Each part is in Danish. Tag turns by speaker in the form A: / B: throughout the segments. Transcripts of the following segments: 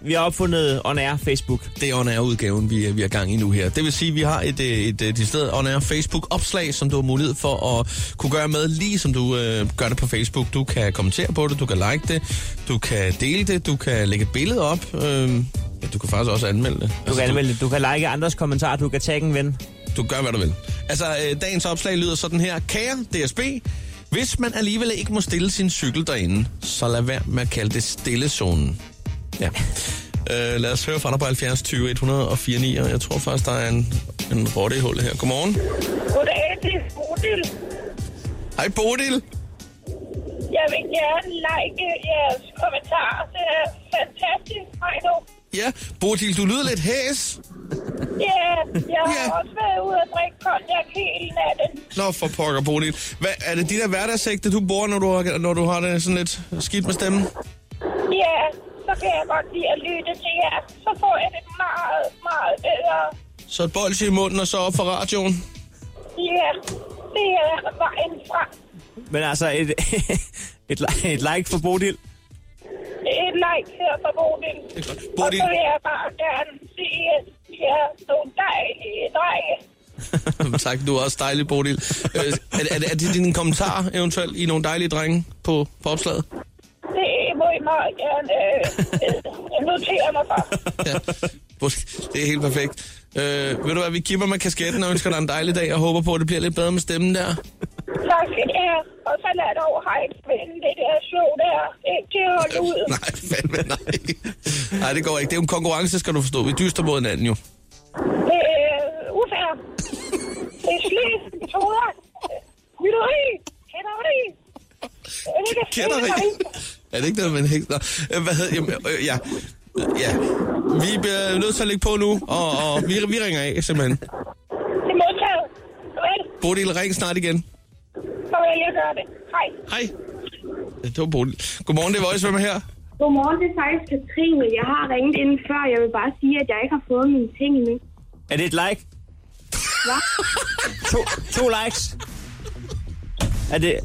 A: Vi har opfundet On Air Facebook.
B: Det er on air udgaven vi, vi er gang i nu her. Det vil sige, at vi har et, øh, et, et, et sted on air Facebook-opslag, som du har mulighed for at kunne gøre med, lige som du øh, gør det på Facebook. Du kan kommentere på det, du kan like det, du kan dele det, du kan lægge et billede op. Øh, ja, du kan faktisk også anmelde det. Altså,
A: Du kan anmelde det. Du kan like andres kommentarer. Du kan tagge en ven.
B: Du gør, hvad du vil. Altså, øh, dagens opslag lyder sådan her. Kære DSB, hvis man alligevel ikke må stille sin cykel derinde, så lad være med at kalde det stillezonen. Ja. Øh, lad os høre fra dig på 70 20 104 9, og jeg tror faktisk, der er en, en rotte i hullet her. Godmorgen.
C: Goddag, det er Bodil.
B: Hej Bodil.
C: Jeg vil gerne like jeres kommentarer. Det er fantastisk, Heino.
B: Ja, Bodil, du lyder lidt hæs.
C: Ja, jeg har
B: Ja.
C: også været ude og drikke konjak hele natten.
B: Nå, for pokker, Bodil. Hvad, er det de der hverdagsægte, du bruger, når du, har, når du har det sådan lidt skidt med stemmen?
C: Ja, så kan jeg godt lide at lytte til jer. Så får jeg det meget, meget bedre.
B: Så et bolsje i munden, og så op for radioen.
C: Ja, det er vejen frem.
A: Men altså, et, et, li- et like for Bodil.
C: Et like her fra Bodil.
B: Det er godt.
C: Og
B: Bodil,
C: så vil jeg bare gerne sige, at I er nogle dejlige drenge.
B: tak, du er også dejlig, Bodil. Øh, er, er, er det dine kommentarer eventuelt i nogle dejlige drenge på, på opslaget?
C: Det må I meget gerne øh, øh, notere mig for.
B: Ja. Bodil, Det er helt perfekt. Øh, ved du hvad, vi kipper med kasketten og ønsker dig en dejlig dag, og håber på, at det bliver lidt bedre med stemmen der.
C: Tak skal I have. Og så lad dog hejt vinde det der show der. Ikke til at holde ud.
B: Øh, Nej, fandme nej. Nej, det går ikke. Det er jo en konkurrence, skal du forstå. Vi dyster mod hinanden jo.
C: Det er øh, ufair. Det er slik, metoder, hylderi, kætteri.
B: Kætteri. Er det ikke noget, man hænger? Nå, øh, Hvad hedder jamen, øh, ja. ja. Vi bliver nødt til at lægge på nu, og, og vi, vi ringer af simpelthen.
C: Det er modtaget. Farvel.
B: Bodil, ring snart igen.
C: Farvel, jeg gør det. Hej.
B: Hej. Det var Bodil. Godmorgen, det er Voice, hvem er her?
D: Godmorgen, det er faktisk Katrine. Jeg har ringet inden før. Jeg vil bare sige, at jeg ikke har fået mine ting endnu.
A: Er det et like? to, to likes. Er det...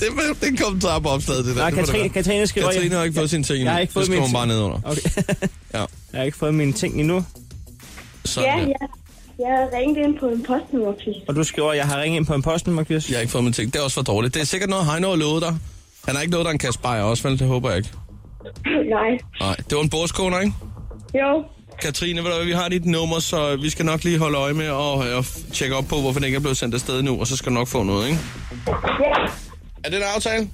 B: Det var det er en kommentar på opslaget, det der.
A: Nej,
B: Det må det
A: Katrine,
B: være.
A: Katrine skriver...
B: Katrine har ikke fået sine ting endnu.
A: Jeg har ikke fået
B: det skriver
A: mine
B: hun bare
A: ting.
B: ned under.
A: Okay.
B: Ja,
A: jeg har ikke fået mine ting endnu.
B: sådan
D: Ja,
B: ja,
D: jeg, jeg har ringet ind på en postnummerkvist.
A: Og du skriver, jeg har ringet ind på en postnummer, Chris.
B: Jeg har ikke fået mine ting. Det er også for dårligt. Det er sikkert noget, Heino har lovet dig. Han har ikke lovet dig en kasse bajer også, vel? Det håber jeg ikke.
D: Nej.
B: Nej, det var en bordskåner, ikke?
D: Jo.
B: Katrine, ved du hvad, vi har dit nummer, så vi skal nok lige holde øje med og, og tjekke op på, hvorfor den ikke er blevet sendt afsted nu, og så skal du nok få noget, ikke?
D: Ja.
B: Er det en aftale?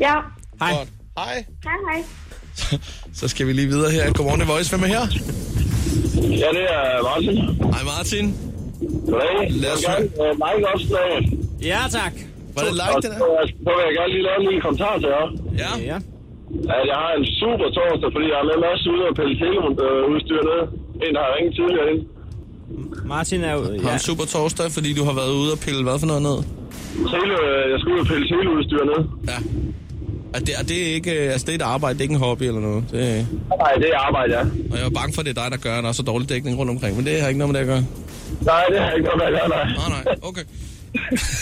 D: Ja.
A: Hej.
B: Godt. Hej.
D: Hej, hej.
B: Så skal vi lige videre her. Godmorgen, det er Voice. Hvem er her?
E: Ja, det er Martin.
B: Hej Martin.
E: Goddag.
B: Lad os
E: Jeg vil gerne, øh, Mike også dagen.
A: Ja, tak.
B: Var det like,
E: Og
B: det
E: så
B: der?
E: vil jeg- så vil jeg gerne lige lave en lille kommentar til jer.
B: Ja.
A: Ja.
E: At jeg har en super torsdag, fordi jeg er med masse ude og pille telefonudstyr ned. En, der har ringet tidligere ind.
A: Martin er jo...
B: Har
A: Ja.
B: en super torsdag, fordi du har været ude og pille hvad for noget ned?
E: Tele, øh, jeg skal ud og pille teleudstyr ned.
B: Ja. Og det, og det er ikke, øh, altså det er et arbejde, det er ikke en hobby eller noget. Det, er-
E: Nej, det er arbejde, ja.
B: og jeg er bange for, at det er dig, der gør, at der er så dårlig dækning rundt omkring, men det har ikke noget med det at gøre.
E: Nej, det har jeg ikke noget med at gøre, nej.
B: Nej, nej, okay.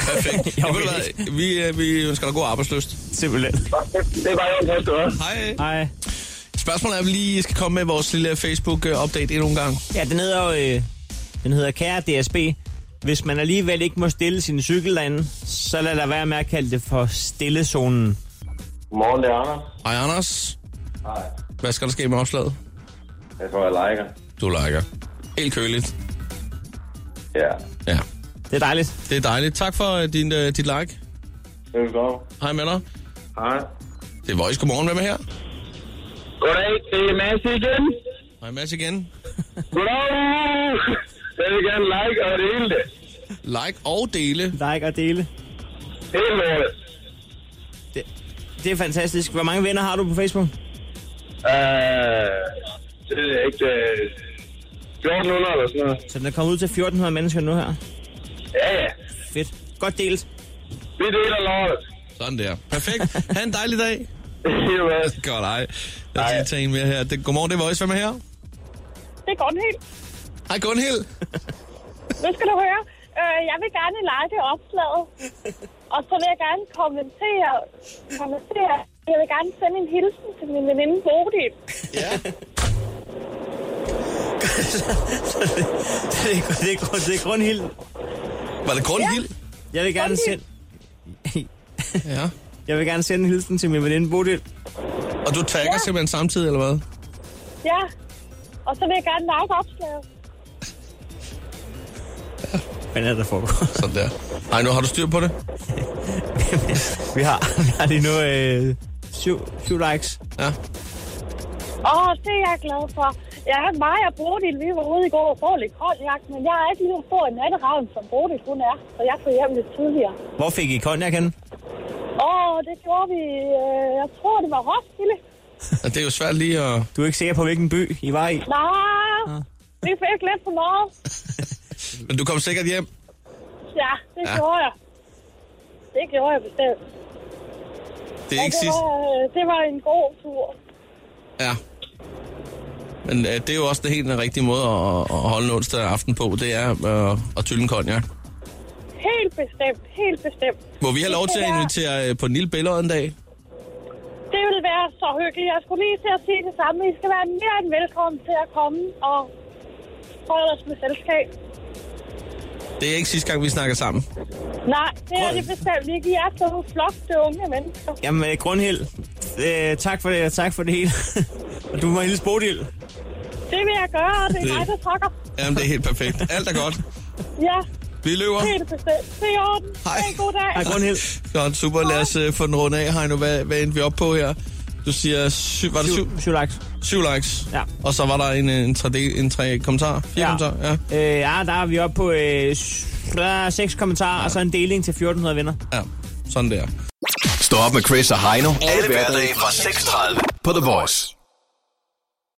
B: Perfekt. Jeg ved du hvad, vi, øh, vi ønsker dig god arbejdsløst.
A: Simpelthen.
E: Det er bare en kæft, hva'?
B: Hej.
A: Hej.
B: Spørgsmålet er, om vi lige skal komme med vores lille Facebook-update endnu en gang.
A: Ja, den hedder jo... Øh, den hedder Kære DSB. Hvis man alligevel ikke må stille sin cykel derinde, så lad der være med at kalde det for stillezonen.
E: Godmorgen, det er Anders.
B: Hej Anders,
E: Hej.
B: hvad skal der ske med opslaget?
E: Jeg tror, jeg liker.
B: Du liker. Helt køligt.
E: Ja.
B: Ja,
A: Det er dejligt.
B: det er dejligt. Tak for øh, din, øh, dit like.
E: Velkommen.
B: Hej med dig.
E: Hej.
B: Det er Voice. Godmorgen, hvem er her?
E: Goddag, det er Mads igen.
B: Hej Mads igen.
E: Goddag. Jeg vil gerne like og dele det.
B: Like og dele.
A: Like og dele.
E: Helt lortet.
A: Det, det er fantastisk. Hvor mange venner har du på Facebook?
E: Øh, det ved jeg ikke. Øh, 1400 eller sådan noget.
A: Så den er kommet ud til 1400 mennesker nu her.
E: Ja, ja.
A: Fedt. Godt delt.
E: Vi deler lortet.
B: Sådan der. Perfekt. ha' en dejlig dag.
E: Jo, hvad?
B: Godt, ej. Lad os lige tage en mere her. Det, godmorgen, det er Voice. Hvem er her?
C: Det går helt.
B: Hej Gunhild.
C: Nu skal du høre. Øh, jeg vil gerne like opslaget. Og så vil jeg gerne kommentere, kommentere Jeg vil gerne sende en hilsen til min veninde Bodil.
B: Ja.
A: det, er, det, er, grund- det er grundhild.
B: Var det grundhild?
A: Jeg vil gerne sende...
B: Ja.
A: Jeg vil gerne sende en hilsen til min veninde Bodil.
B: Og du tagger ja. simpelthen samtidig, eller hvad?
C: Ja. Og så vil jeg gerne like opslaget.
A: Hvad er det, der foregår?
B: Sådan der. Ej, nu har du styr på det.
A: vi, har, vi har lige nu øh, syv, syv likes.
B: Ja.
C: Åh, det er jeg glad for. Ja, mig og Bodil, vi var ude i går og får lidt kold jagt, men jeg er ikke lige så stor en natteravn, som Bodil hun er, så jeg får hjem lidt tidligere.
A: Hvor fik I konjak henne?
C: Åh, det gjorde vi, øh, jeg tror, det var Roskilde.
B: Og det er jo svært lige at...
A: Du er ikke sikker på, hvilken by I var i?
C: Nej, vi fik lidt for meget.
B: Men du kom sikkert hjem.
C: Ja, det
B: Ja.
C: ja. gjorde jeg. Det gjorde jeg bestemt.
B: Det er
C: Ja,
B: ikke
C: det,
B: sidst.
C: var, øh, det var en god tur.
B: Ja. Men øh, det er jo også det helt rigtige måde at, at holde en onsdag aften på. Det er øh, at tylle en konjak.
C: Helt bestemt, helt bestemt.
B: Må vi have lov til at invitere øh, på en lille billede en dag?
C: Det ville være så hyggeligt. Jeg skulle lige til at sige det samme. I skal være mere end velkommen til at komme og holde os med selskab.
B: Det er ikke sidste gang, vi snakker sammen.
C: Nej, det er det bestemt ikke. I er så flotte unge mennesker.
A: Jamen, øh, Grundhild, øh, tak for det, og tak for det hele. og du må hilse Bodil.
C: Det vil jeg gøre, og det er
B: Det-
C: mig, der takker.
B: Jamen, det er helt perfekt. Alt er godt.
C: Ja,
B: Vi løber.
C: helt bestemt. Det er i orden.
B: Hej.
C: Ha' en god dag.
A: Hej, Grundhild.
B: Godt, super. Lad os øh, få den runde af, Heino. Hvad, hvad endte vi op på her? Du siger, syv, var det syv,
A: Syv, syv likes.
B: syv likes?
A: Ja.
B: Og så var der en, øh, en, tre, en tre kommentarer? Fire ja. kommentarer? Ja.
A: Øh, ja, der er vi oppe på øh, s- der er seks kommentarer, ja. og så en deling til 1400 venner.
B: ja. Sådan der.
F: Stå op med Chris og Heino. Alle hverdage fra 6.30 på The Voice.